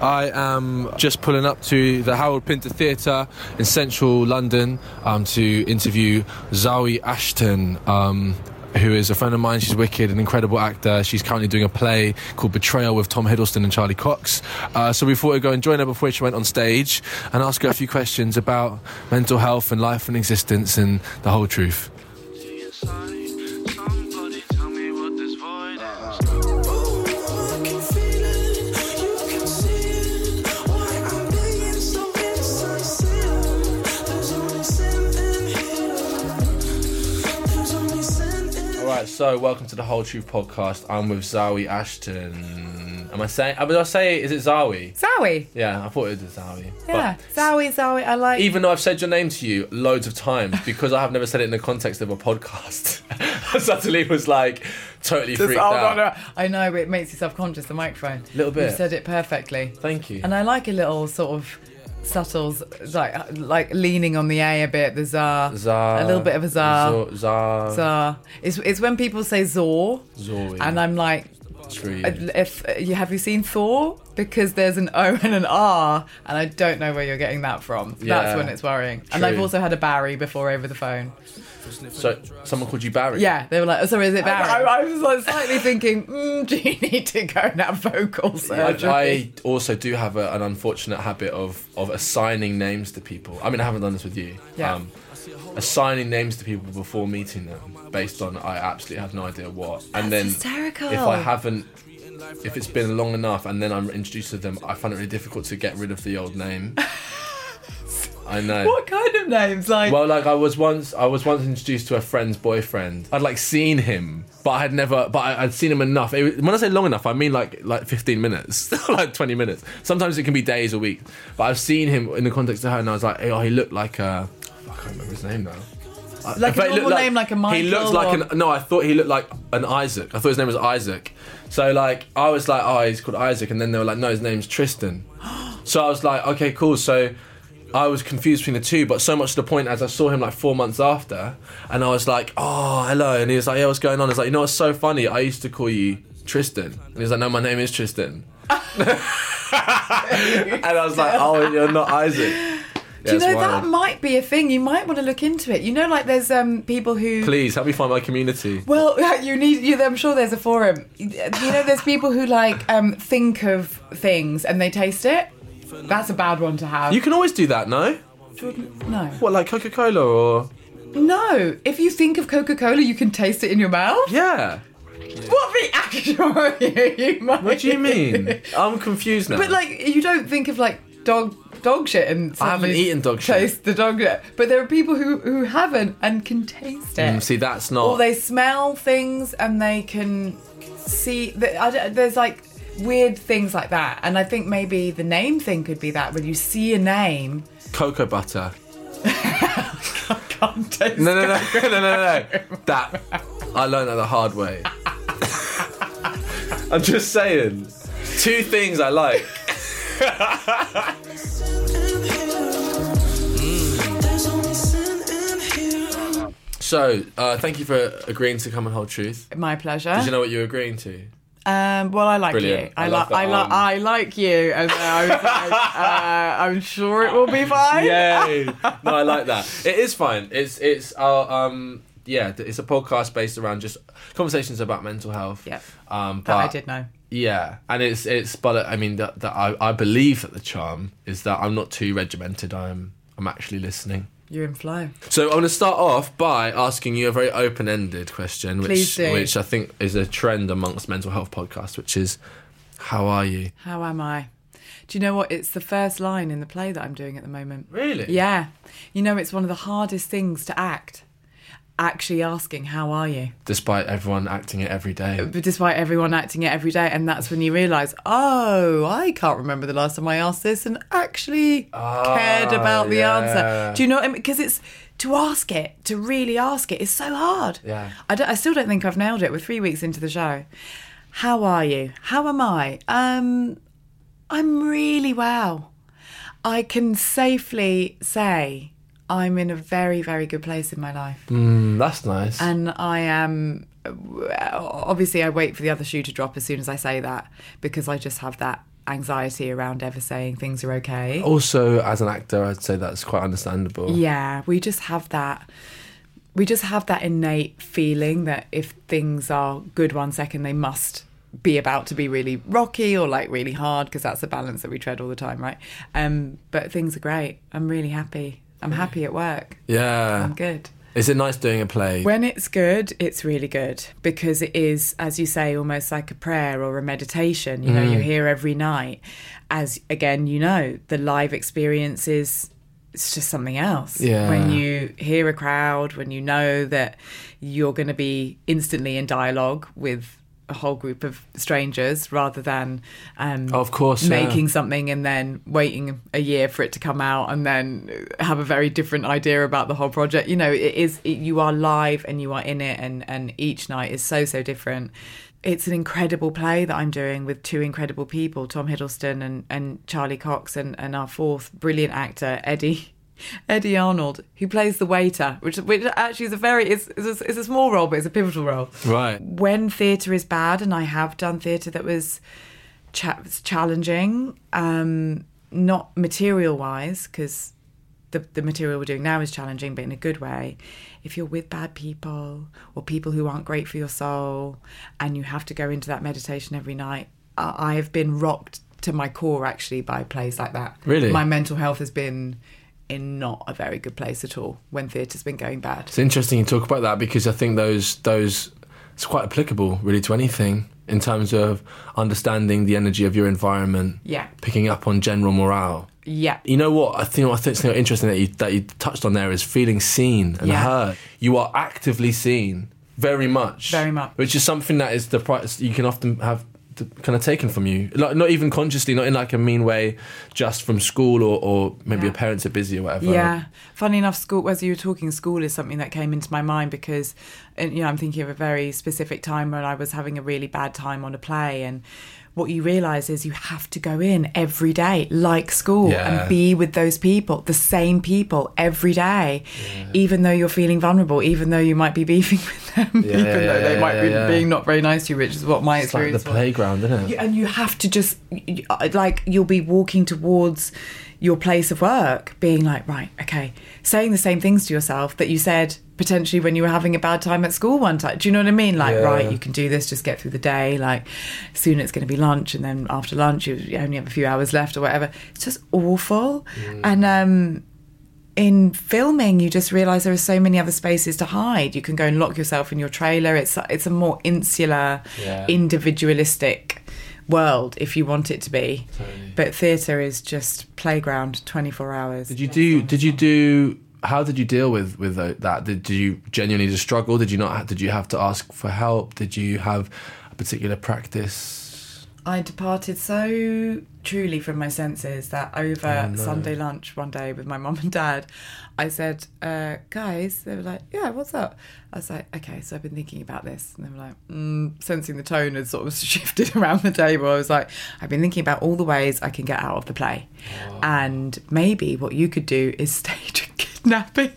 I am just pulling up to the Harold Pinter Theatre in central London um, to interview Zoe Ashton. Um, who is a friend of mine? She's wicked, an incredible actor. She's currently doing a play called Betrayal with Tom Hiddleston and Charlie Cox. Uh, so we thought we'd go and join her before she went on stage and ask her a few questions about mental health and life and existence and the whole truth. Somebody tell me what this void is. All right, so welcome to the Whole Truth podcast. I'm with Zoe Ashton. Am I saying? uh, I mean, I say, is it Zoe? Zowie. Yeah, I thought it was Zowie. Yeah. But Zowie, Zowie. I like. even though I've said your name to you loads of times because I have never said it in the context of a podcast, I suddenly was like totally freaked Oh, no, out. no. I know, but it makes you self conscious, the microphone. Little bit. You said it perfectly. Thank you. And I like a little sort of subtles, like like leaning on the A a bit, the za. Za- A little bit of a za. Zo- Za. Za. It's, it's when people say Zor, Zoe. and I'm like, uh, Tree. if you have you seen Thor? Because there's an O and an R, and I don't know where you're getting that from. Yeah. That's when it's worrying. And I've True. also had a Barry before over the phone. So someone called you Barry. Yeah, they were like, oh, sorry, is it Barry? I, I was like slightly thinking, mm, do you need to go and have vocal I, surgery? I also do have a, an unfortunate habit of of assigning names to people. I mean, I haven't done this with you. Um, Yeah. assigning names to people before meeting them based on I absolutely have no idea what. and then hysterical. if I haven't, if it's been long enough, and then I'm introduced to them, I find it really difficult to get rid of the old name. I know. what kind of names? Like, Well, like I was once, I was once introduced to a friend's boyfriend. I'd like seen him, but I had never, but I, I'd seen him enough. It was- when I say long enough, I mean like like fifteen minutes, like twenty minutes. Sometimes it can be days or weeks. But I've seen him in the context of her, and I was like, oh, he looked like a. I can't remember his name now. I- Like a but he normal looked name, like a Michael He looked like or- an no, I thought he looked like an Isaac. I thought his name was Isaac. So like I was like, oh, he's called Isaac, and then they were like, no, his name's Tristan. So I was like, okay, cool. So I was confused between the two, but so much to the point as I saw him like four months after, and I was like, oh, hello, and he was like, yeah, what's going on? I was like, you know what's so funny? I used to call you Tristan, and he was like, no, my name is Tristan. and I was like, oh, you're not Isaac. Yeah, do you it's know wild. that might be a thing? You might want to look into it. You know, like there's um people who. Please help me find my community. Well, you need. You, I'm sure there's a forum. You know, there's people who like um think of things and they taste it. That's a bad one to have. You can always do that, no? no, What, like Coca Cola or. no. If you think of Coca-Cola, you can taste it in your mouth. Yeah. What the actual? are you, you might. What do you mean? I'm confused now. But like, you don't think of like dog dog shit and I haven't suddenly eaten dog shit. Taste the dog shit, but there are people who who haven't and can taste it. Mm, See, that's not. or they smell things and they can see. The, I don't, there's like weird things like that, and I think maybe the name thing could be that when you see a name, Cocoa butter. can't taste. No, no, no, no, no, no, no. That. I learned that the hard way. I'm just saying. Two things I like. So, uh, thank you for agreeing to come and hold truth. My pleasure. Did you know what you were agreeing to? Um, well, I like Brilliant. you. I, I like love I that, like um, I like you. And then I was like, uh, I'm sure it will be fine. Yay! No, I like that. It is fine. It's it's our um yeah. th- It's a podcast based around just conversations about mental health. Yep. Um, That I but- did know. Yeah, and it's it's but I mean that that I I believe that the charm is that I'm not too regimented. I'm I'm actually listening. You're in flow. So I'm going to start off by asking you a very open-ended question, Please which do. which I think is a trend amongst mental health podcasts, which is, how are you? How am I? Do you know what? It's the first line in the play that I'm doing at the moment. Really? Yeah. You know, it's one of the hardest things to act. Actually asking, how are you? Despite everyone acting it every day. But despite everyone acting it every day, and that's when you realise, oh, I can't remember the last time I asked this and actually cared about Ah, the yeah. answer. Do you know what I mean? Because it's to ask it, to really ask it, is so hard. Yeah. I, don't- I still don't think I've nailed it. We're three weeks into the show. How are you? How am I? Um, I'm really well. I can safely say I'm in a very, very good place in my life Mm, that's nice. and I am obviously I wait for the other shoe to drop as soon as I say that because I just have that anxiety around ever saying things are okay. Oh. also, as an actor, I'd say that's quite understandable. Yeah, we just have that we just have that innate feeling that if things are good one second they must be about to be really rocky or like really hard because that's the balance that we tread all the time, right? Um but things are great. I'm really happy. I'm happy at work. Yeah. I'm good. Is it nice doing a play? When it's good, it's really good because it is, as you say, almost like a prayer or a meditation. You know, you hear every night. As again, you know, the live experience is it's just something else. Yeah. When you hear a crowd, when you know that you're going to be instantly in dialogue with a whole group of strangers rather than um, Of course, yeah. making something and then waiting a year for it to come out and then have a very different idea about the whole project you know it is it, you are live and you are in it and and each night is so so different it's an incredible play that I'm doing with two incredible people, Tom Hiddleston and, and Charlie Cox, and, and our fourth brilliant actor, Eddie Eddie Arnold, who plays the waiter, which which actually is a very it's, it's, a, it's a small role, but it's a pivotal role right. when theatre is bad, and I have done theatre that was cha- challenging, um, not material wise, because the, the material we're doing now is challenging, but in a good way. If you're with bad people or people who aren't great for your soul, and you have to go into that meditation every night, I, I have been rocked to my core actually by plays like that. Really? my mental health has been in not a very good place at all when theatre's been going bad. It's interesting you talk about that because I think those those it's quite applicable really to anything in terms of understanding the energy of your environment. Yeah. Picking up on general morale. Yeah. You know what? I think I think something interesting that you that you touched on there is feeling seen and Yeah. heard. You are actively seen, very much, Very much. which is something that is the price you can often have t- kind of taken from you, like not even consciously, not in like a mean way, just from school or, or maybe Yeah. your parents are busy or whatever. Yeah. Funny enough, school, as you were talking, school is something that came into my mind because, and, you know, I'm thinking of a very specific time when I was having a really bad time on a play. And what you realise is you have to go in every day, like school, Yeah. and be with those people, the same people every day, even though you're feeling vulnerable, even though you might be beefing with them, Yeah, even yeah, though they yeah, might be yeah, yeah. being not very nice to you, which is what my It's like the experience was. playground, isn't it? You- and you have to just you- uh, like you'll be walking towards your place of work being like right okay saying the same things to yourself that you said potentially when you were having a bad time at school one time do you know what i mean like right you can do this just get through the day like soon it's going to be lunch and then after lunch you you only have a few hours left or whatever it's just awful and um in filming, you just realise there are so many other spaces to hide. You can go and lock yourself in your trailer. It's it's a more insular, Yeah. individualistic world if you want it to be. But theatre is just playground, twenty four hours. Did you do? Did you do? How did you deal with with tho- that? Did, did you genuinely just struggle? Did you not? Did you have to ask for help? Did you have a particular practice? I departed so truly from my senses that over Sunday lunch one day with my mum and dad, I said, uh, guys, they were like, yeah, what's up? I was like, okay, so I've been thinking about this. And they were like, mm, sensing the tone had sort of shifted around the table. I was like, I've been thinking about all the ways I can get out of the play. And maybe what you could do is stage a kidnapping.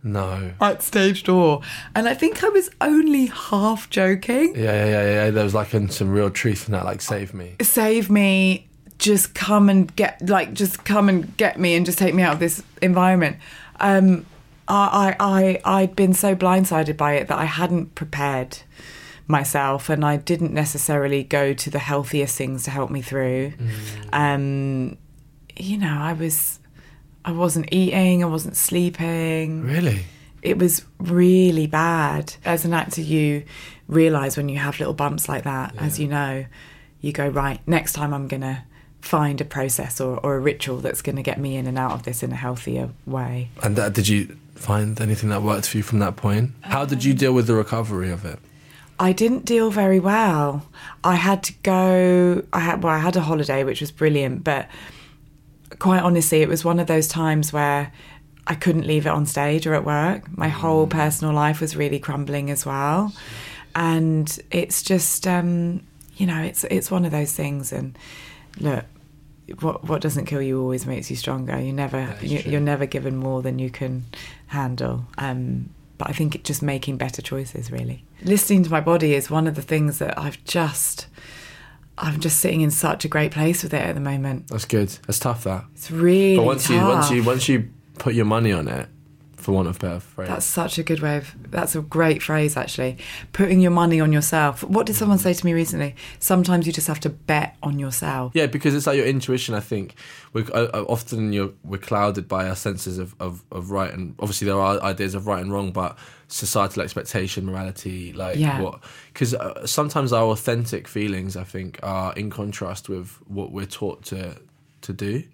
No. at stage door. And I think I was only half joking. Yeah, yeah, yeah, yeah. There was like um, some real truth in that, like, save me. save me just come and get like just come and get me and just take me out of this environment um i i, I i'd been so blindsided by it that i hadn't prepared myself and i didn't necessarily go to the healthiest things to help me through um you know i was i wasn't eating i wasn't sleeping Really? it was really bad. As an actor, you realize when you have little bumps like that, as you know, you go, right, next time I'm going to find a process or, or a ritual that's going to get me in and out of this in a healthier way. And that, did you find anything that worked for you from that point? How did Um, you deal with the recovery of it? I didn't deal very well. I had to go. I had well, I had a holiday, which was brilliant, but quite honestly, it was one of those times where I couldn't leave it on stage or at work. My whole personal life was really crumbling as well, and it's just um, you know, it's it's one of those things. And look, what what doesn't kill you always makes you stronger. You never you, you're never given more than you can handle. Um, but I think it just making better choices really. Listening to my body is one of the things that I've just I'm just sitting in such a great place with it at the moment. That's good. That's tough, that. It's really But once you, once tough. you, once you put your money on it, for want of a better phrase, That's such a good way of. That's a great phrase, actually. Putting your money on yourself. What did someone say to me recently? Sometimes you just have to bet on yourself. Yeah, because it's like your intuition. I think we're uh, uh, often you're we're clouded by our senses of, of, of right and obviously there are ideas of right and wrong, but societal expectation, morality, like Yeah. what? Because uh, sometimes our authentic feelings, I think, are in contrast with what we're taught to to do.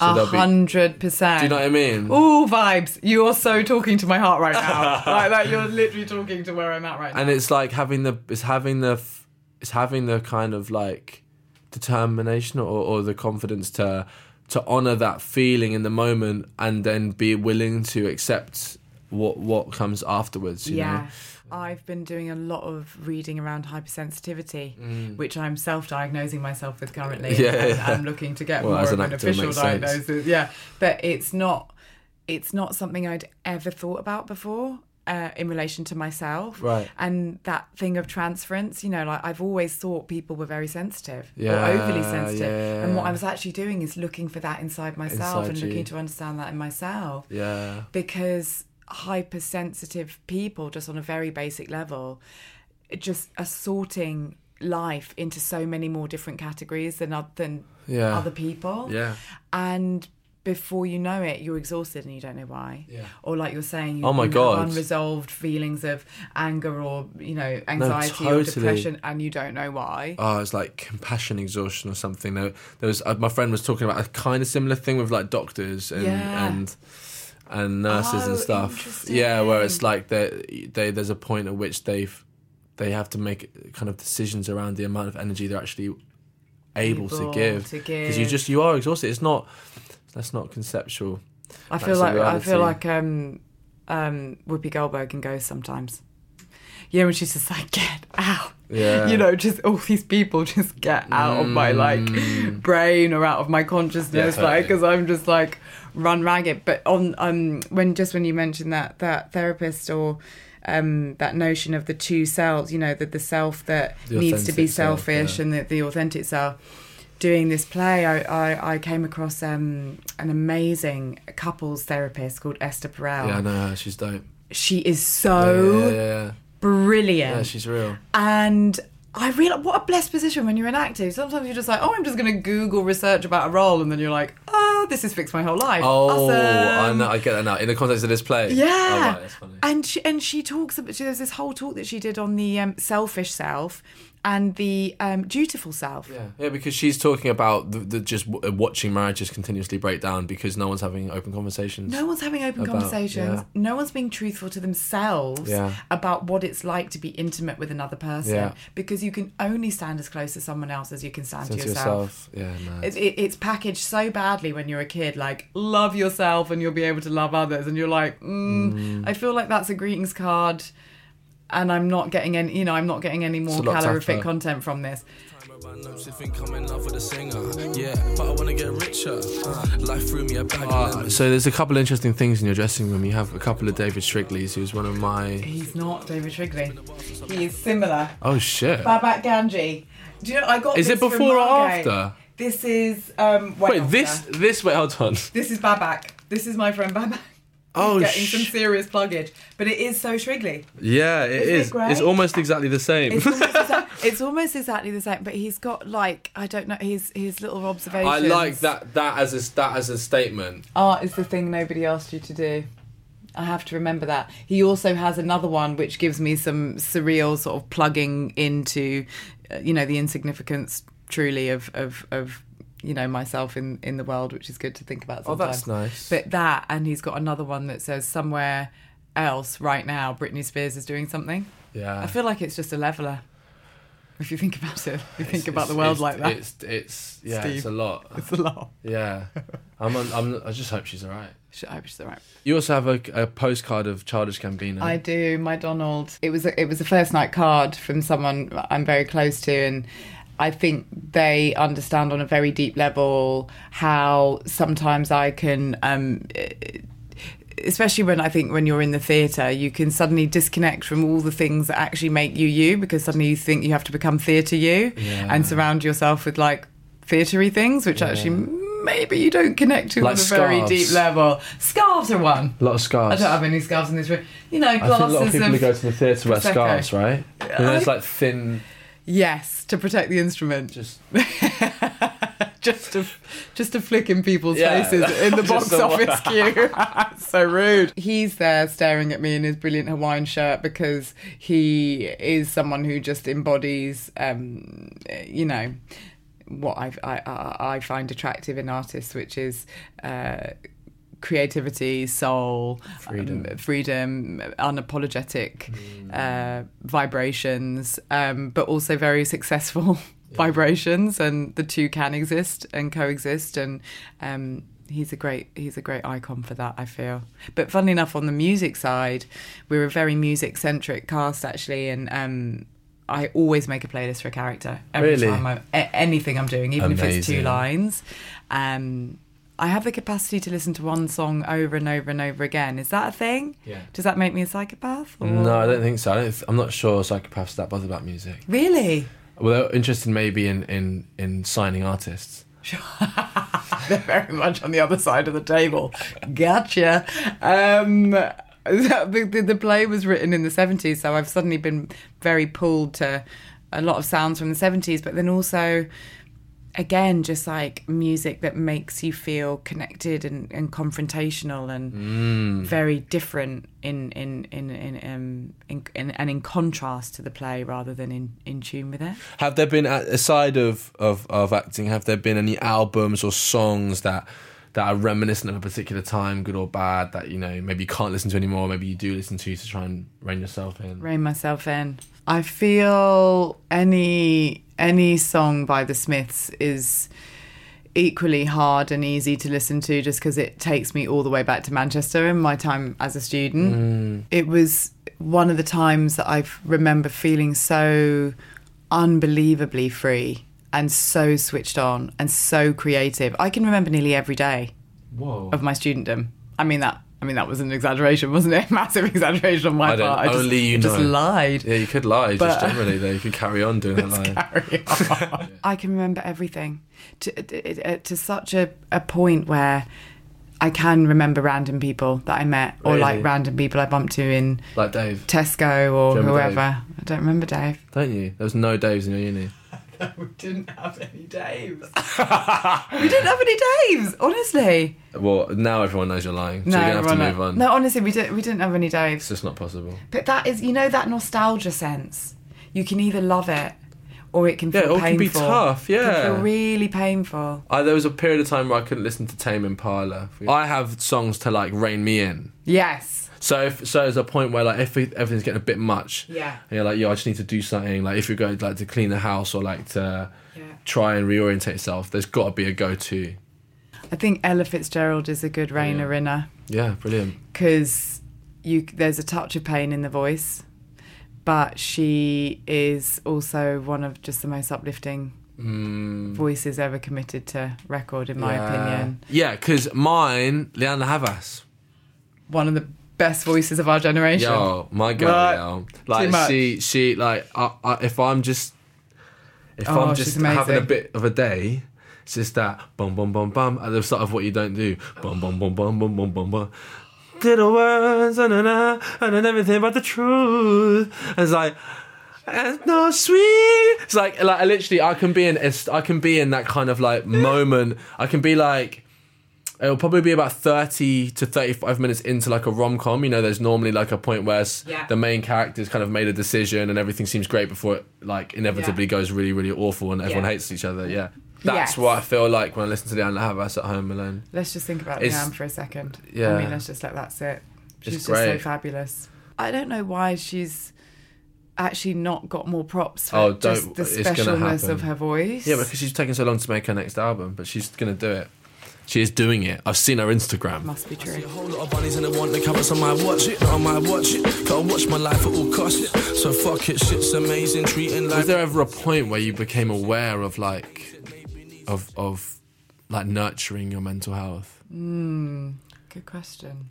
So A they'll be. hundred percent. Do you know what I mean? All vibes. You're so talking to my heart right now. like that. You're literally talking to where I'm at right now. and it's like having the it's having the f- it's having the kind of like determination or, or the confidence to to honor that feeling in the moment and then be willing to accept what what comes afterwards you know Yeah. I've been doing a lot of reading around hypersensitivity, which I'm self-diagnosing myself with currently. Mm. Yeah, and yeah. I'm looking to get Well, more as of an an, actor, it official makes sense. diagnosis. Yeah, but it's not it's not something I'd ever thought about before. Uh, in relation to myself, Right. and that thing of transference, you know, like I've always thought people were very sensitive Yeah, or overly sensitive, and what yeah. I was actually doing is looking for that inside myself Inside and you. looking to understand that in myself yeah because hypersensitive people, just on a very basic level, just are sorting life into so many more different categories than oth- than Yeah. other people. Yeah. and before you know it, you're exhausted and you don't know why. Yeah. Or like you're saying, you, Oh my you have God. unresolved feelings of anger or you know anxiety or totally. depression, and you don't know why. oh, it's like compassion exhaustion or something. There, there was uh, my friend was talking about a kind of similar thing with like doctors and Yeah. and and nurses Oh, and stuff. Yeah, where it's like they they there's a point at which they've they have to make kind of decisions around the amount of energy they're actually able, Able to give to you give. just you are exhausted. It's not that's not conceptual. I That's feel the like I reality. feel like um, um, Whoopi Goldberg and Ghost sometimes. Yeah, when she's just like, get out. Yeah. You know, just all these people just get out of my like brain or out of my consciousness, Mm. Yeah, totally. like because I'm just like run ragged. But on um, when just when you mentioned that that therapist or um, that notion of the two selves, you know, that the self that The needs to be authentic self, selfish yeah. and the, the authentic self. Doing this play, I, I, I came across um, an amazing couples therapist called Esther Perel. Yeah, I know her. She's dope. She is Yeah, so yeah, yeah. brilliant. Yeah, she's real. and I realized what a blessed position when you're an actor. Sometimes you're just like, oh, I'm just going to Google research about a role, and then you're like, oh, this has fixed my whole life. Oh, I awesome. know. I get that now. In the context of this play. Yeah. Oh, right, that's funny. And she and she talks about she, there's this whole talk that she did on the um, selfish self and the um, dutiful self. Yeah, yeah, because she's talking about the, the just w- watching marriages continuously break down because no one's having open conversations. No one's having open About- conversations. yeah. No one's being truthful to themselves Yeah. about what it's like to be intimate with another person Yeah. because you can only stand as close to someone else as you can stand Said to to yourself. yourself. Yeah, no. It, it, it's packaged so badly when you're a kid, like, love yourself and you'll be able to love others. And you're like, mm, I feel like that's a greetings card and I'm not getting any, you know, I'm not getting any more a lot calorific tougher. content from this. Uh, Ah. so there's a couple of interesting things in your dressing room. You have a couple of David Strickleys, who's one of my. He's not David Shrigley. He is similar. Oh shit! Babak Ganji. Do you know, I got Is this it before from or Margate. after? This is, um, Wait, after. this this wait, hold on. This is Babak. This is my friend Babak. Oh Getting some sh- serious pluggage. But it is so Shrigley. yeah, it Isn't it is. great? it's almost exactly the same. It's almost, exact- it's almost exactly the same, but he's got like I don't know his his little observations. I like that that as a that as a statement. Art is the thing nobody asked you to do. I have to remember that. He also has another one which gives me some surreal sort of plugging into, uh, you know, the insignificance truly of of of you know myself in in the world, which is good to think about. Oh, Sometimes. that's nice. But that, and he's got another one that says somewhere else right now, Britney Spears is doing something. yeah. I feel like it's just a leveler. If you think about it, if you It's- think about the it's- world it's- like that, it's, It's it's yeah, it's Steve. a lot. a lot. Yeah. I'm, on, I'm I just hope she's all right. Shit, I hope she's all right. You also have a, a postcard of Childish Gambino. I do my Donald. It was a, it was a first night card from someone I'm very close to, and I think they understand on a very deep level how sometimes I can. Um, especially when I think when you're in the theatre, you can suddenly disconnect from all the things that actually make you you because suddenly you think you have to become theatre you and surround yourself with like theatery things, which actually maybe you don't connect to Like on a very scarves. deep level. Scarves are one. a lot of I scarves. don't have any scarves in this room. You know, I glasses think a lot of people of who go to the theatre wear Prosecco. scarves, right? And I- it's like thin, yes to protect the instrument. Just, just to, just to flick in people's Yeah. faces in the Just box so- office queue. so rude. He's there staring at me in his brilliant Hawaiian shirt because he is someone who just embodies, um, you know. What I, I I I find attractive in artists, which is uh, creativity, soul, freedom, um, freedom unapologetic Mm. uh, vibrations, um, but also very successful vibrations, and the two can exist and coexist. And um, he's a great he's a great icon for that. I feel. But funnily enough, on the music side, we're a very music centric cast actually, and. Um, I always make a playlist for a character every Really? time I'm a- anything I'm doing, even if it's two Amazing. lines. Um, I have the capacity to listen to one song over and over and over again. Is that a thing? Yeah. Does that make me a psychopath? Or... No, I don't think so. I don't, I'm not sure psychopaths are that bothered about music. Really? Well, they're interested maybe in, in, in signing artists. They're very much on the other side of the table. Gotcha. Um, the, the, the play was written in the 70s, so I've suddenly been very pulled to a lot of sounds from the 70s, but then also, again, just like music that makes you feel connected and, and confrontational and very different in in in in, um, in, in and in contrast to the play rather than in, in tune with it. Have there been, a- aside of, of, of acting, have there been any albums or songs that that are reminiscent of a particular time, good or bad, that, you know, maybe you can't listen to anymore, maybe you do listen to to try and rein yourself in? rein myself in. I feel any any song by the Smiths is equally hard and easy to listen to just because it takes me all the way back to Manchester and my time as a student. It was one of the times that I remember feeling so unbelievably free and so switched on and so creative. I can remember nearly every day Whoa. of my studentdom. I mean that. I mean that was an exaggeration, wasn't it? Massive exaggeration on my I don't- part. I just, only you just know. lied. Yeah, you could lie But- uh, just generally, though. You could carry on doing that lie. I can remember everything to uh, to, to such a, a point where I can remember random people that I met or Really? like random people I bumped to in like Dave. Tesco or Do you remember whoever. I don't remember Dave. Don't you? There was no Daves in your uni. We didn't have any Daves. we didn't have any Daves, honestly. Well, now everyone knows you're lying, so no, you're going to have to everyone- move on. No, honestly, we didn't. We didn't have any Daves. It's just not possible. But that is, you know, that nostalgia sense. You can either love it or it can feel Yeah, or it painful. can be tough, It yeah. can feel really painful. I, there was a period of time where I couldn't listen to Tame Impala. I have songs to like rein me in. Yes. So if so, there's a point where like if we- everything's getting a bit much, Yeah. and you're like, yo, I just need to do something. Like if you're going like to clean the house or like to Yeah. try and reorientate yourself, there's got to be a go-to. I think Ella Fitzgerald is a good reiner inner Yeah, brilliant. because you there's a touch of pain in the voice, but she is also one of just the most uplifting voices ever committed to record, in my opinion. Mm. Uh, Yeah, because mine, Leanna Havas. One of the best voices of our generation. Yo, my girl. Right. yo. Like Too much. she, she like I, I, if I'm just if Oh, I'm she's just having a amazing. bit of a day. It's just that bum bum bum bum at the start of what you don't do. Bum bum bum bum bum bum bum bum. Little words and and and everything but the truth. And it's like and no sweet. It's like like I literally I can be in it's- I can be in that kind of like Mm. moment. I can be like it'll probably be about 30 to 35 minutes into like a rom-com you know there's normally like a point where s- Yeah. the main character's kind of made a decision and everything seems great before it like inevitably Yeah. goes really really awful and everyone Yeah. hates each other yeah that's Yes. what i feel like when i listen to the Anna Havas at home alone Let's just think about It's- Leanne for a second. Yeah. I mean, let's just let that sit. She's just so great. fabulous. I don't know why she's actually not got more props for Oh, don't- just the it's gonna specialness of happen. her voice. yeah because she's taking so long to make her next album but she's gonna do it she is doing it i've seen her instagram must be true. A whole lot of bunnies and they want the covers on my watch it, on my watch it. Gotta watch my life at all costs. yeah. So fuck it, shit's amazing. Treating was life. there ever a point where you became aware of like of of like nurturing your mental health Good question.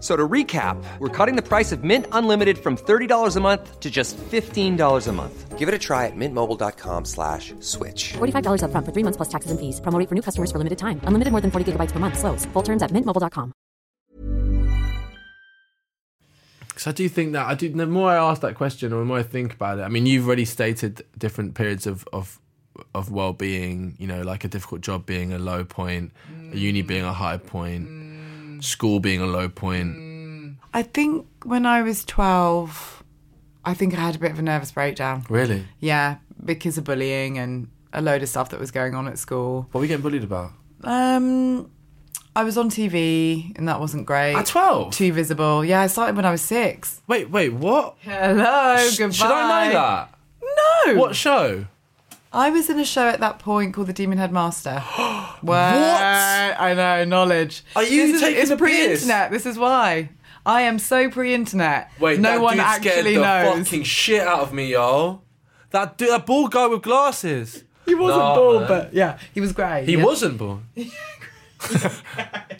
So to recap, we're cutting the price of Mint Unlimited from $30 a month to just $15 a month. Give it a try at mintmobile.com slash switch. $45 upfront for three months plus taxes and fees. Promo rate for new customers for limited time. Unlimited more than 40 gigabytes per month. Slows. Full terms at mintmobile.com. Because I do think that I do. The more I ask that question, or the more I think about it, I mean, you've already stated different periods of of of well being. You know, like a difficult job being a low point, a uni being a high point, school being a low point. I think when I was 12, I think I had a bit of a nervous breakdown. Really? Yeah, because of bullying and a load of stuff that was going on at school. What are we getting bullied about? Um, I was on TV and that wasn't great. At 12? Too visible. Yeah, I started when I was six. Wait, wait, what? Hello, Sh- goodbye. Should I know that? No. What show? I was in a show at that point called The Demon Headmaster. what? I know, knowledge. Are you this is, taking It's the piss? pre-internet. This is why. I am so pre-internet. Wait, no that one dude scared actually the knows. fucking shit out of me, yo. That dude, that bald guy with glasses. He wasn't No, bald, man. but yeah, he was grey. He yeah. wasn't born.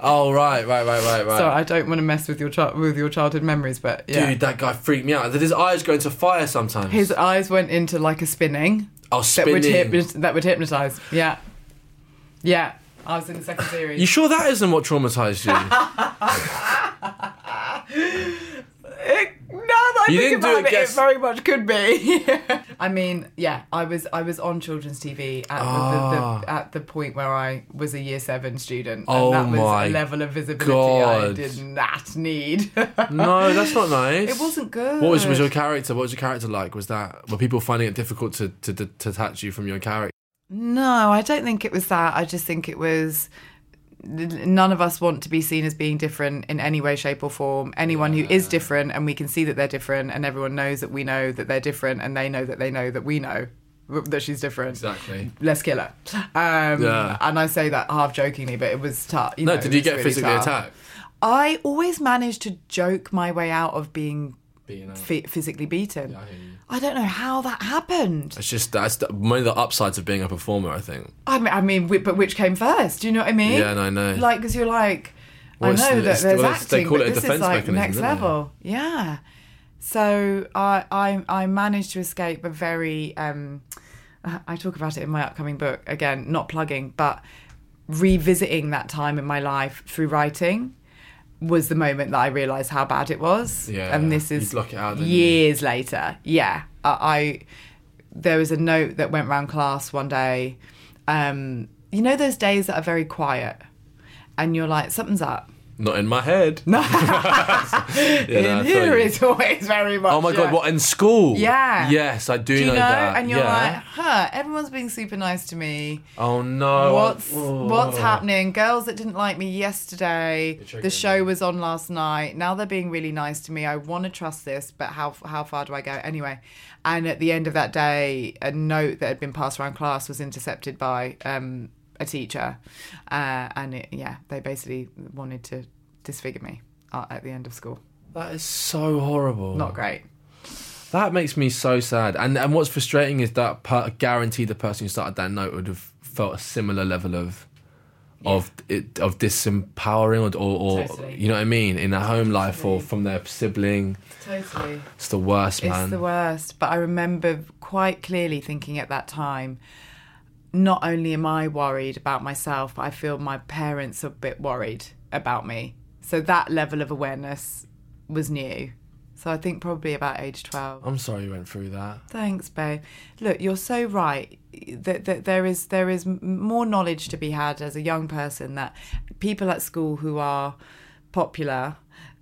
oh right, right, right, right, right. Sorry, I don't want to mess with your chi- with your childhood memories, but Dude, yeah. that guy freaked me out. Did his eyes go into fire sometimes? His eyes went into like a spinning oh, that spinning. would hypnotize, that would hypnotize. Yeah, yeah. I was in the second series. you sure that isn't what traumatized you? It, now that Eh, I You didn't think do about it, it, guess- it very much could be. I mean, yeah, I was I was on children's TV at, the, the, the, at the point where I was a year seven student, Ah. Oh and that was my a level of visibility I God. did not need. no, that's not nice. It wasn't good. What was, was your character? What was your character like? Was that were people finding it difficult to to, to detach you from your character? No, I don't think it was that. I just think it was none of us want to be seen as being different in any way shape or form anyone who is different and we can see that they're different and everyone knows that we know that they're different and they know that they know that we know that she's different Exactly. let's kill her. Um, Yeah. And I say that half jokingly, but it was tough. No, did you get physically attacked? I always managed to joke my way out of being phy- physically beaten. I don't know how that happened. It's just that's the, one of the upsides of being a performer. I think. I mean, I mean, whi- but which came first? Do you know what I mean? Yeah, no, I know. Like, because you're like, Well, I it's- know it's- that there's well, it's- acting, they call but it a this is defense like mechanism, next don't they? level. Yeah. So I, I I managed to escape a very um, I I talk about it in my upcoming book again, not plugging, but revisiting that time in my life through writing. was the moment that I realised how bad it was. Yeah, and this is you block it out, don't you? years later. Yeah, I, I there was a note that went round class one day. Um, you know those days that are very quiet, and you're like something's up. Not in my head. No. In here it's always very much. Oh my god! yeah. What in school? Yeah. Yes, I do, Do you know? that. And you're yeah. like, huh? Everyone's being super nice to me. oh no! what's Oh. what's happening? Girls that didn't like me yesterday. The show was on last night. Now they're being really nice to me. I want to trust this, but how how far do I go anyway? And at the end of that day, a note that had been passed around class was intercepted by um, a teacher, uh, and it, yeah, they basically wanted to disfigure me uh, at the end of school. That is so horrible. Not great. That makes me so sad. And and what's frustrating is that per- guaranteed the person who started that note would have felt a similar level of of it, of disempowering or or, or Totally. you know what I mean in their home life or from their sibling. Totally. It's the worst, man. It's the worst. But I remember quite clearly thinking at that time, not only am I worried about myself, but I feel my parents are a bit worried about me. So that level of awareness was new. So I think probably about age 12. I'm sorry you went through that. Thanks, Bo. Look, you're so right. That, that there is there is m- more knowledge to be had as a young person that people at school who are popular,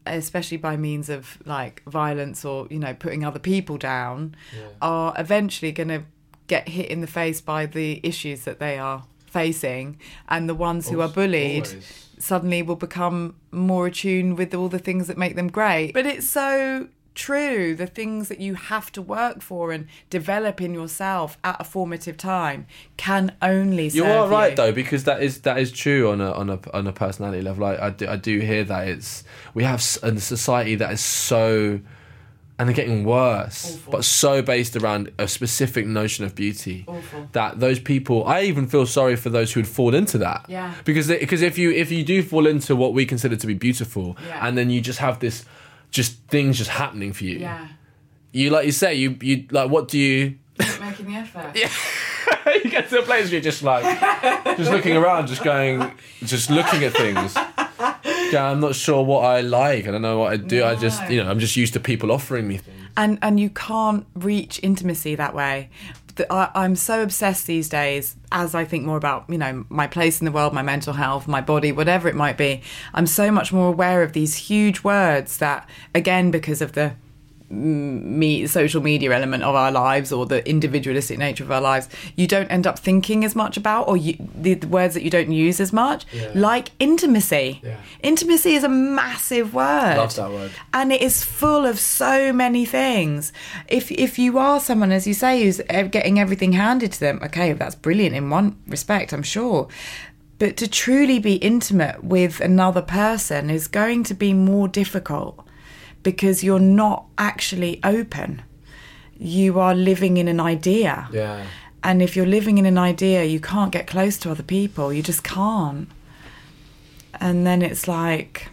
especially by means of like violence or you know putting other people down, are eventually going to get hit in the face by the issues that they are facing, and the ones who are bullied always. suddenly will become more attuned with all the things that make them great. But it's so true the things that you have to work for and develop in yourself at a formative time can only serve You are right you. though, because that is that is true on a on a on a personality level. I, I do I do hear that it's we have s- a society that is so and they're getting worse, but so based around a specific notion of beauty that those people. I even feel sorry for those who would fall into that. Yeah. Because they, because if you if you do fall into what we consider to be beautiful, Yeah. and then you just have this, just things just happening for you. yeah You like you say you you like what do you Keep making the effort yeah you get to a place where you're just like, just looking around, just going, just looking at things. Yeah, I'm not sure what I like. I don't know what I do. I just, you know, I'm just used to people offering me things. and and you can't reach intimacy that way. The- I, I'm so obsessed these days, as I think more about you know my place in the world, my mental health, my body, whatever it might be. I'm so much more aware of these huge words that, again, because of the me, social media element of our lives or the individualistic nature of our lives, you don't end up thinking as much about, or you, the, the words that you don't use as much, like intimacy. Intimacy is a massive word. Love that word. And it is full of so many things. If if you are someone, as you say, who's eh, getting everything handed to them, okay, that's brilliant in one respect, I'm sure. But to truly be intimate with another person is going to be more difficult because you're not actually open. You are living in an idea. Yeah. And if you're living in an idea, you can't get close to other people. You just can't. And then it's like,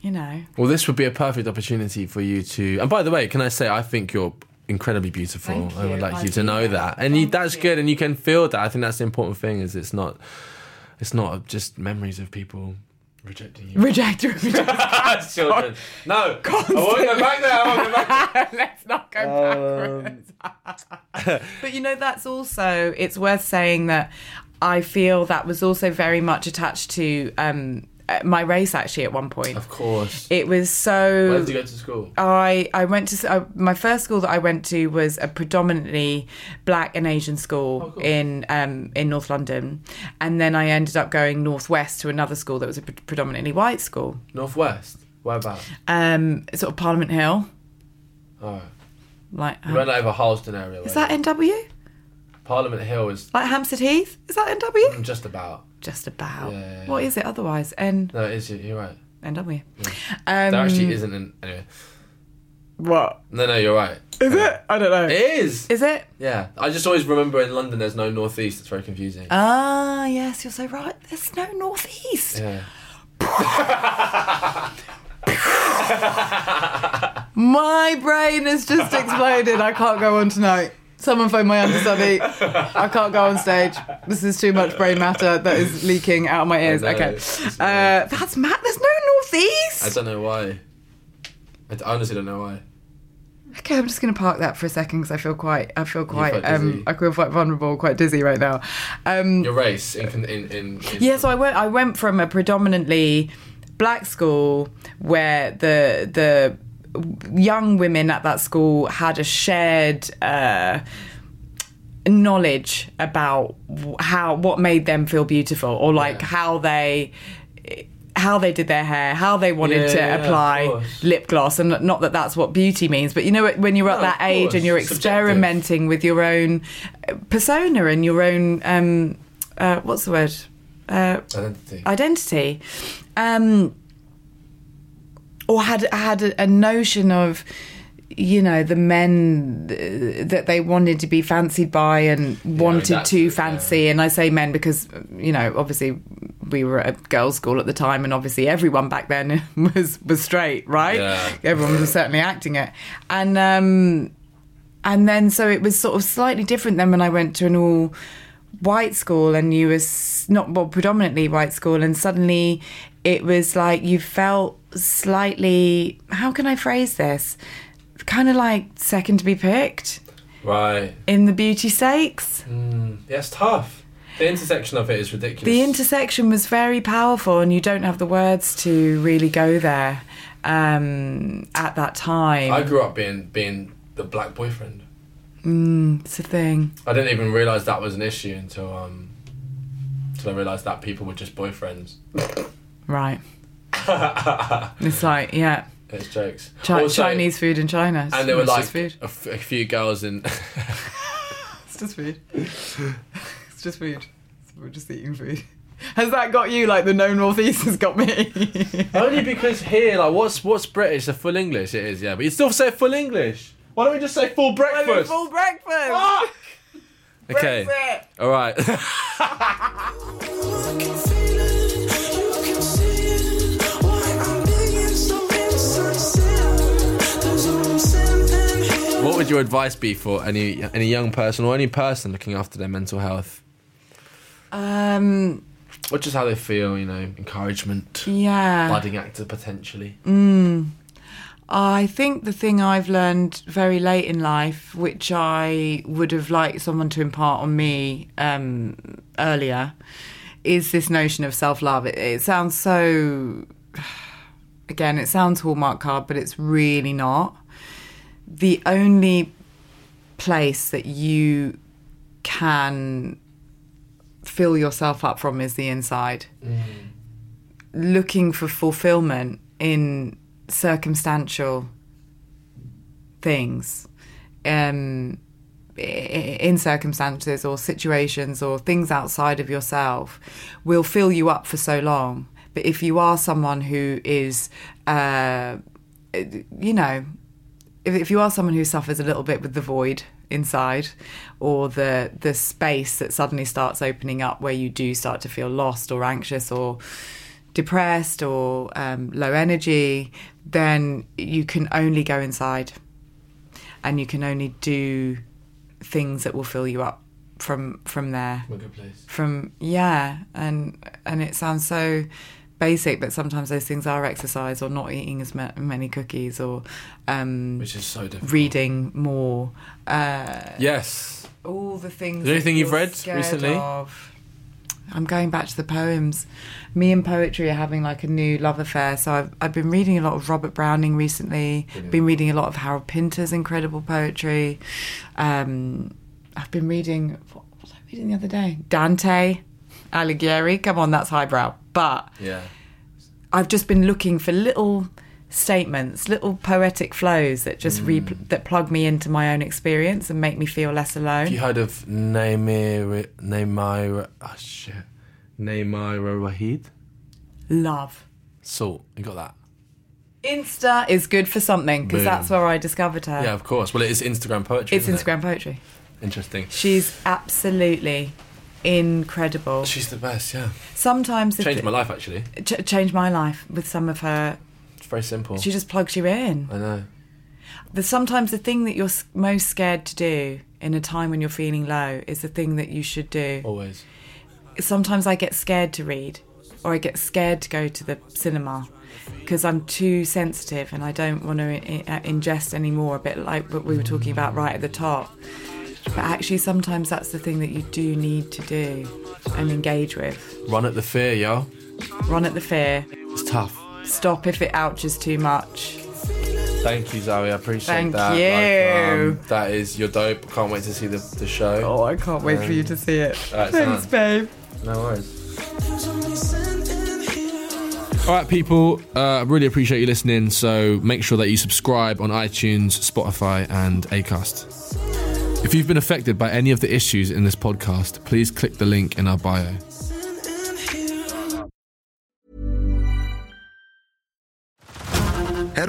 you know, Well, this would be a perfect opportunity for you to. And by the way, can I say, I think you're incredibly beautiful. Thank I would you. like I you do to know that, that. and you, Thank that's you. good, and you can feel that. I think that's the important thing. Is it's not, it's not just memories of people rejecting you. reject, reject. Children. No, I won't go back there. I won't go back Let's not go backwards. but you know, that's also, it's worth saying that I feel that was also very much attached to um, uh, my race actually at one point. Of course. It was so. Where did you go to school? I I went to I, my first school that I went to was a predominantly black and Asian school Oh, in um, in North London, and then I ended up going northwest to another school that was a pre- predominantly white school, Northwest. Where about? um, sort of Parliament Hill, Oh, like we went over Harleston area. Um, is that NW? Parliament Hill is Like Hampstead Heath? Is that NW? just about. Just about. Yeah, yeah, What is it otherwise? N No, it is. you- You're right. NW. There Um, actually isn't an anyway. what No, no, you're right. is it? I don't know. It is. Is it? Yeah, I just always remember in London there's no northeast. It's very confusing. Ah, yes, you're so right. There's no northeast. yeah. My brain has just exploded. I can't go on tonight. Someone phone my understudy. I can't go on stage. This is too much brain matter that is leaking out of my ears. know, Okay. it's just Uh, that's Matt. There's no I northeast. don't know why. I d- honestly don't know why. Okay, I'm just going to park that for a second because I feel quite, I feel quite, quite um, dizzy. I feel quite vulnerable, quite dizzy right now. Um, Your race in con- in in, in Yeah, so I went. I went from a predominantly black school where the the young women at that school had a shared uh, knowledge about wh- how what made them feel beautiful, or like how they how they did their hair, how they wanted Yeah, to yeah, of apply course. lip gloss, and not that that's what beauty means, but you know when you're at No, that of age and course, you're it's subjective. experimenting with your own uh, persona and your own um, uh, what's the word. Uh, identity. identity um or had had a, a notion of you know the men uh, that they wanted to be fancied by and wanted that's- to yeah. fancy and i say men because you know obviously we were at a girls school at the time and obviously everyone back then was was straight right Yeah. everyone was certainly acting it and um and then so it was sort of slightly different then when I went to an all white school and you were s- not well predominantly white school and suddenly it was like you felt slightly how can I phrase this kind of like second to be picked right. in the beauty stakes Yeah, it's tough. The intersection of it is ridiculous. the intersection was very powerful and you don't have the words to really go there um at that time I grew up being being the black boyfriend. it's a thing I didn't even realize that was an issue until um until I realized that people were just boyfriends. right it's like yeah It's jokes. Chi- Also- Chinese food in China. And there were It's just like a, food. f- a few girls in. It's just food. it's just food. We're just eating food. Has that got you like the no northeast has got me? Only because here, like, what's what's British? The full English, it is, yeah. But you still say full English. Why don't we just say full breakfast? Full breakfast. okay. All right. what would your advice be for any any young person or any person looking after their mental health? Um. Or just how they feel, you know, encouragement, Yeah. budding actor potentially. I think the thing I've learned very late in life, which I would have liked someone to impart on me um, earlier, is this notion of self love. It, it sounds so, again, it sounds Hallmark card, but it's really not. The only place that you can fill yourself up from is the inside looking for fulfillment in circumstantial things um i- in circumstances or situations or things outside of yourself will fill you up for so long but if you are someone who is uh you know if, if you are someone who suffers a little bit with the void inside or the the space that suddenly starts opening up where you do start to feel lost or anxious or depressed or um, low energy then you can only go inside and you can only do things that will fill you up from from there A good place. from yeah and and it sounds so basic but sometimes those things are exercise or not eating as ma- many cookies or um Which is so difficult. reading more uh Yes. all the things there that anything you've you're read scared recently? of. i'm going back to the poems me and poetry are having like a new love affair so i've, I've been reading a lot of robert browning recently been reading a lot of harold pinter's incredible poetry um i've been reading what was i reading the other day dante alighieri come on that's highbrow but Yeah. I've just been looking for little statements, little poetic flows that Mm. just re- that plug me into my own experience and make me feel less alone. You heard of Namira Namira oh shit. Namira Wahid? Love. Salt. You got that? Insta is good for something because Boom. that's where I discovered her. Yeah, of course. Well, it is Instagram poetry. it's isn't it? Instagram poetry. Interesting. She's absolutely incredible. She's the best. Yeah. Sometimes if Changed it- my life Oh. actually. Ch- changed my life with some of her. It's very simple. She just plugs you in. I know. The, sometimes the thing that you're s- most scared to do in a time when you're feeling low is the thing that you should do. Always. Sometimes I get scared to read, or I get scared to go to the cinema because I'm too sensitive and I don't want to I- uh, ingest anymore. A bit like what we were talking about right at the top. But actually, sometimes that's the thing that you do need to do and engage with. Run at the fear, yo. Run at the fear. It's tough. Stop if it ouches too much. Thank you, Zoe. I appreciate Thank that. you. um, that is your dope. Can't wait to see the, the show. Oh, I can't wait for you to see it. Alright, Thanks, sound. babe. No worries. All right, people. Uh, really appreciate you listening. So make sure that you subscribe on iTunes, Spotify, and Acast. If you've been affected by any of the issues in this podcast, please click the link in our bio. Head